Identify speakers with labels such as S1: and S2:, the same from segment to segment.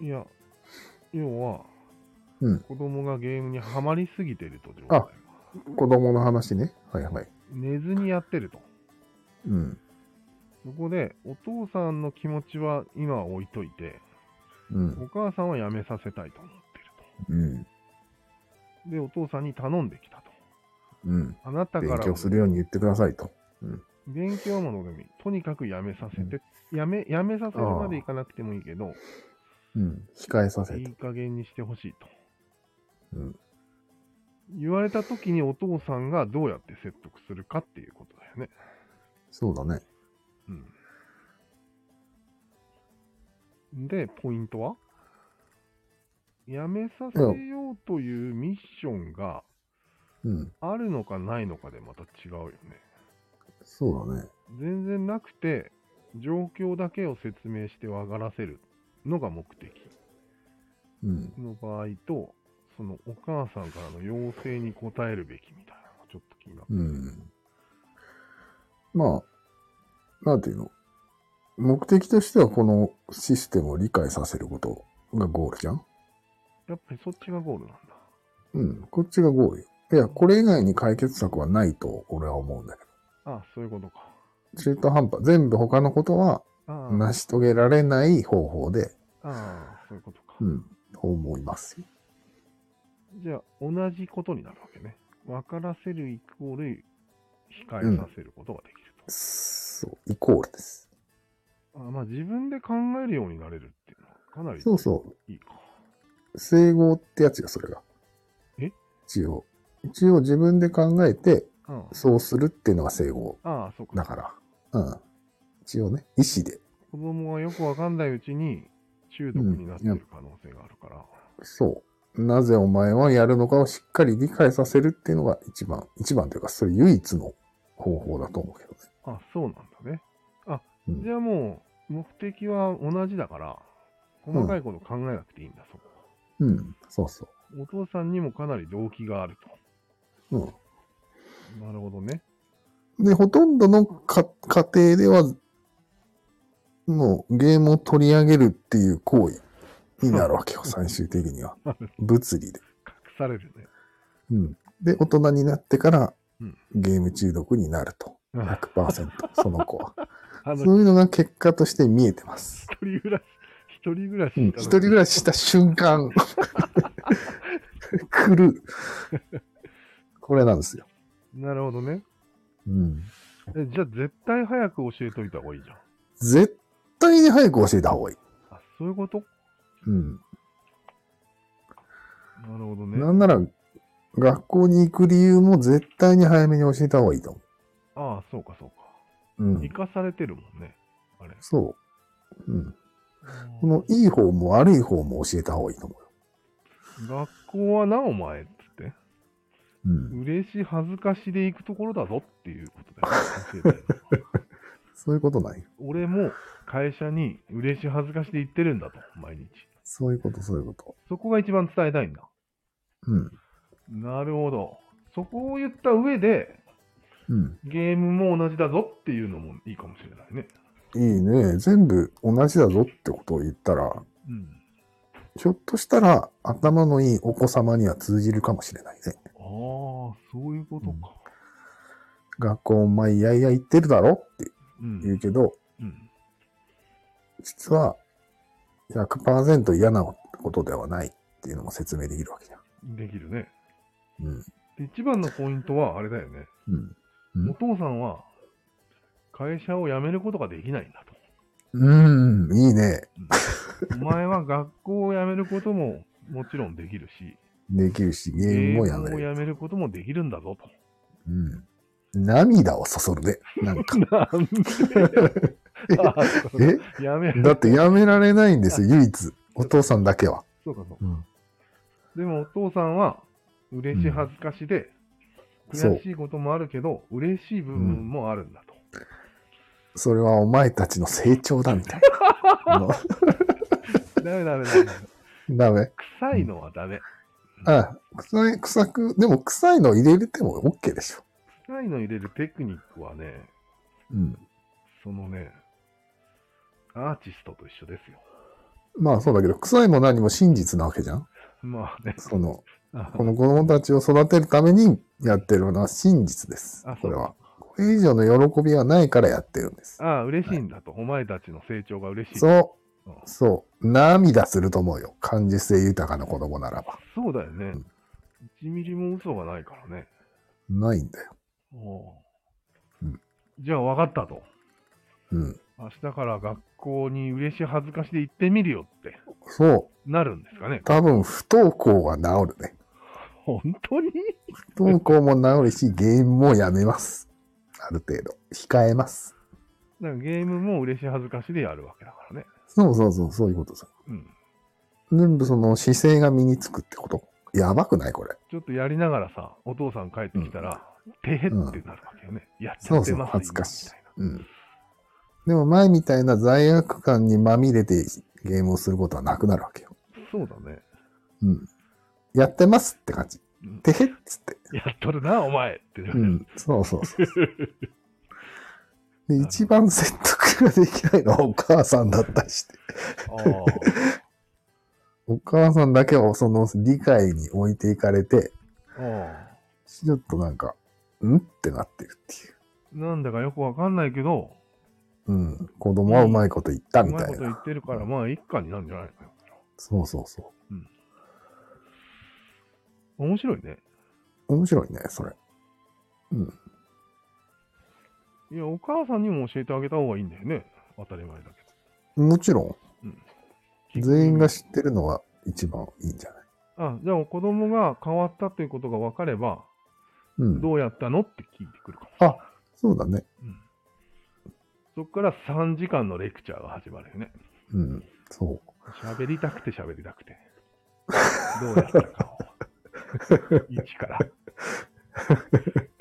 S1: いや、要は、
S2: うん
S1: 子供がゲームにはまりすぎてると状態
S2: あ子供の話ね。はいはい。
S1: 寝ずにやってると。
S2: うん。
S1: そこで、お父さんの気持ちは今は置いといて、
S2: うん。
S1: お母さんはやめさせたいと思ってる
S2: うん。
S1: と。で、お父さんに頼んできたと。
S2: うん。
S1: あなたから
S2: 勉
S1: も
S2: 強するように言ってくださいと。
S1: 勉強ものでもいい。とにかくやめさせて、やめ、やめさせるまでいかなくてもいいけど、
S2: うん。控えさせ
S1: い
S2: と
S1: い。加減にしてほしいと。
S2: うん。
S1: 言われた時にお父さんがどうやって説得するかっていうことだよね。
S2: そうだね。
S1: うん。で、ポイントはやめさせようというミッションが
S2: うん。
S1: あるのかないのかでまた違うよね。
S2: そうだね。
S1: 全然なくて、状況だけを説明して分からせるのが目的
S2: うん。
S1: の場合と、そのお母さんからの要請に応えるべきみたいなのがちょっと気になる。
S2: うん。まあ、なんていうの。目的としてはこのシステムを理解させることがゴールじゃん
S1: やっぱりそっちがゴールなんだ。
S2: うん。こっちがゴールよ。いや、これ以外に解決策はないと俺は思うんだけ
S1: ああそういうことか。
S2: ど。中途半端。全部他のことは
S1: ああ
S2: 成し遂げられない方法で、
S1: ああ、そういうことか。
S2: うん、思いますよ。
S1: じゃあ、同じことになるわけね。分からせるイコール、控えさせることができる
S2: そう、イコールです。
S1: と。あまあ、自分で考えるようになれるっていうのは、かなり
S2: そうそ
S1: いいか。
S2: う。整合ってやつよ、それが。
S1: え
S2: 一応。一応自分で考えて、
S1: うん、
S2: そうするっていうのが整合
S1: ああ、そうか。
S2: だから。うん。一応ね、意思で。
S1: 子供がよくわかんないうちに、中毒になってる可能性があるから。
S2: そう。なぜお前はやるのかをしっかり理解させるっていうのが一番、一番というか、それ唯一の方法だと思うけどね。
S1: あ、そうなんだね。あ、
S2: うん
S1: じゃあもう、目的は同じだから、細かいこと考えなくていいんだ、そこは。
S2: うん。そうそ
S1: お父さんにもかなり動機があると。
S2: う。うん。
S1: なるほどね。
S2: で、ほとんどのか家庭では、もうゲームを取り上げるっていう行為になるわけよ、最終的 には。物理で。
S1: 隠されるね。
S2: うん。で、大人になってから
S1: うん、
S2: ゲーム中毒になると。100%、その子は。
S1: あの
S2: そういうのが結果として見えてます。
S1: 一人暮らし、一人暮らし
S2: うん。
S1: した
S2: 一人暮らしした瞬間、 来る。これなんですよ。
S1: なるほどね。
S2: うん。
S1: えじゃあ絶対早く教えといた方がいいじゃん。
S2: 絶対に早く教えた方がいい。
S1: あ、そういうこと
S2: うん。
S1: なるほど
S2: な
S1: ね。
S2: んなら、学校に行く理由も絶対に早めに教えた方がいいと思
S1: ああ、そうかそうか。
S2: う。う
S1: 生
S2: ん。
S1: かされてるもんね。あれ。
S2: そう。うん。このいい方も悪い方も教えた方がいいと思うよ。
S1: 学校はな、お前っつって。
S2: うん。
S1: 嬉し恥ずかしで行くところだぞっていうことだよね教えてる のは。
S2: そういうことないよ。
S1: 俺も会社に嬉し恥ずかしで行ってるんだと、毎日。
S2: そういうこと、そういうこと。
S1: そこが一番伝えたいんだ。
S2: うん。
S1: なるほど。そこを言った上で、
S2: うん。
S1: ゲームも同じだぞっていうのもいいかもしれないね。
S2: いいね。全部同じだぞってことを言ったら、
S1: うん。
S2: ひょっとしたら頭のいいお子様には通じるかもしれないね。
S1: ああ、そういうことか。
S2: 学校お前いやいや言ってるだろって
S1: うん。
S2: 言うけど、
S1: うん
S2: 実は100%嫌なことではないっていうのも説明できるわけじゃん。
S1: できるね。
S2: うん。
S1: で一番のポイントは、あれだよね。
S2: うん。うん
S1: お父さんは、会社を辞めることができないんだと。
S2: うーん、いいね。
S1: お前は学校を辞めることももちろんできるし、
S2: できるし、ゲ
S1: ゲ
S2: ーム
S1: ー
S2: も
S1: ム
S2: やめ
S1: を
S2: る。
S1: 辞めることもできるんだぞと。
S2: うん。涙をそそるね。なんか。
S1: なんであ そう
S2: え
S1: やめ
S2: だってやめられない んですよ、唯一。お父さんだけは。
S1: そうかそうか。
S2: うん。
S1: でもお父さんは、嬉し恥ずかしで、
S2: そう
S1: 悔しいこともあるけど、嬉しい部分もあるんだと。
S2: それはお前たちの成長だ、みたい な。あの
S1: ダメダメダメダメ。
S2: ダメ。
S1: 臭いのはダメ。
S2: あ臭い、臭く、でも臭いの入れても OK でしょ。
S1: 臭いの入れるテクニックはね、
S2: うん。
S1: そのね、アーティストと一緒ですよ。
S2: まあそうだけど、臭いも何も真実なわけじゃん。
S1: まあね。
S2: その、
S1: あ
S2: この子供たちを育てるためにやってるのは真実です
S1: あ。そ
S2: こ
S1: う
S2: れは。これ以上の喜びはないからやってるんです。
S1: あ、嬉しいんだと。お前たちの成長が嬉しい。そう
S2: そ
S1: うん
S2: う、そう。涙すると思うよ。感受性豊かな子供ならば。
S1: だよね。1ミリも嘘がないからね。
S2: ないんだよ。
S1: おう
S2: うん
S1: じゃあ分かったと。
S2: うん。
S1: 明日から学校に嬉し恥ずかしで行ってみるよって
S2: そう。
S1: なるんですかね。
S2: 多分、不登校は治るね。
S1: 本当に
S2: 不登校も治るし、ゲームもやめます。ある程度。控えます。
S1: だからゲームも嬉し恥ずかしでやるわけだからね。
S2: そうそうそう、そういうことさ。
S1: うん。
S2: 全部その姿勢が身につくってこと。やばくないこれ。
S1: ちょっとやりながらさ、お父さん帰ってきたら、てへってなるわけよね。やっち
S2: そ
S1: ゃっ
S2: う
S1: て
S2: そう
S1: ます
S2: 恥ずかしい
S1: 今みた
S2: うん。でも前みたいな罪悪感にまみれてゲームをすることはなくなるわけよ。
S1: いなそうだね。
S2: うん。やってますって感じ。
S1: うん
S2: てへっつって。
S1: やっとるな、お前って。
S2: うん。そうそうそう。 で、一番説得ができないのはお母さんだったりして。
S1: あー
S2: お母さんだけをその理解に置いていかれて、
S1: あ
S2: ちょっとなんか、んってなってるってい
S1: ー。
S2: う。
S1: なんだかよくわかんないけど、
S2: うん。子供はうまいこと言った
S1: う
S2: み
S1: まい
S2: た
S1: こ
S2: い
S1: と言
S2: な。
S1: ってるから、まあ、一家になるんじゃないの
S2: そうそうそ
S1: 面白いね。
S2: う。面白いね、それ。うん。
S1: いや、お母さんにも教えてあげた方がいいんだよね。当たり前だけ
S2: もちろん、
S1: ど。
S2: 全員が知ってるのは一番いいんじゃない
S1: あ、じゃあ子供が変わったということが分かれば、
S2: うん。
S1: どうやったのって聞いてくるかも。
S2: あ、そうだね。
S1: うんそこから3時間のレクチャーが始まるよね。
S2: うん。そう。
S1: 喋りたくて喋りたくて。どうやったかを。一から。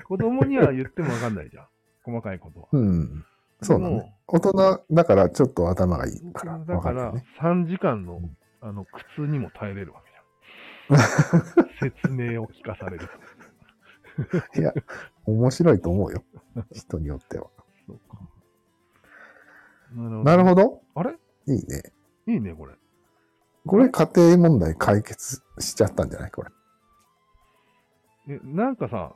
S1: 子供には言っても分かんないじゃん。細かいことは。
S2: うん。そうだ
S1: で
S2: ね。
S1: も
S2: 大人だからちょっと頭がいいから。
S1: だ
S2: わ
S1: か
S2: かる
S1: ら
S2: よね。
S1: 3時間の
S2: うん
S1: あの苦痛にも耐えれるわけじゃ ん。説明を聞かされる。
S2: いや、面白いと思 うよ。人によっては。
S1: そうか。なるほ
S2: なるほど。
S1: あれ
S2: いいね。
S1: いいね、これ。
S2: これ家庭問題解決しちゃったんじゃないこれ。
S1: え、なんかさ、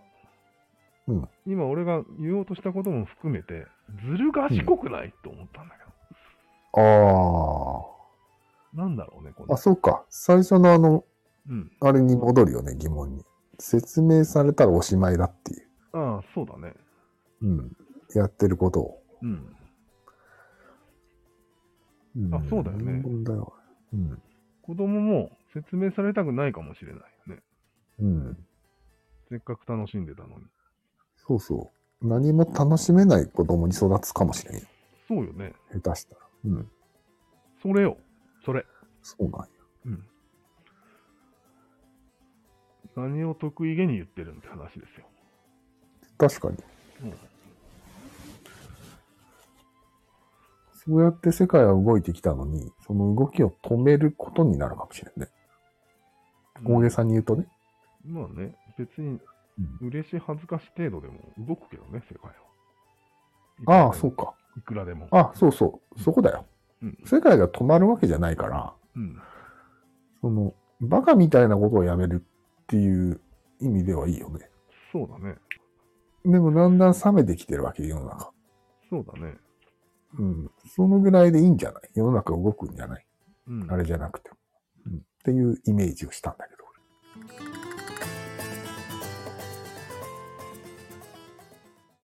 S2: うん
S1: 今俺が言おうとしたことも含めて、ずる賢くない、と思ったんだけ
S2: あ
S1: ど。なんだろうね、こ
S2: あ。あ、
S1: の。
S2: そうか。最初のあの、
S1: うん。
S2: あれに戻るよね、疑問に。説明されたらおしまいだっていう。
S1: ああ、そうだね。
S2: うん。やってることを。
S1: うん。
S2: うん
S1: あそうだよね
S2: 問題は。うん。
S1: 子供も説明されたくないかもしれないよね。
S2: うん。
S1: せっかく楽しんでたのに。
S2: そうそう。何も楽しめない子供に育つかもしれんよ。
S1: そうよね。
S2: 下手したら。うん。
S1: それよ。それ。
S2: そうなんや。
S1: うん。何を得意げに言ってるんって話ですよ。
S2: 確かに。
S1: うん
S2: そうやって世界は動いてきたのに、その動きを止めることになるかもしれんね。大げさに言うとね。
S1: まあね、別に
S2: う
S1: 嬉しい恥ずかし程度でも動くけどね、世界は。
S2: ああ、そうか。
S1: いくらでも。
S2: あそうそう。そこだよ。
S1: うん。
S2: 世界が止まるわけじゃないから、
S1: うん。
S2: その、バカみたいなことをやめるっていう意味ではいいよね。
S1: そうだね。
S2: でもだんだん冷めてきてるわけ、世の中。
S1: そうだね。
S2: うん。そのぐらいでいいんじゃない世の中動くんじゃない
S1: うん。
S2: あれじゃなくても、うん。っていうイメージをしたんだけど。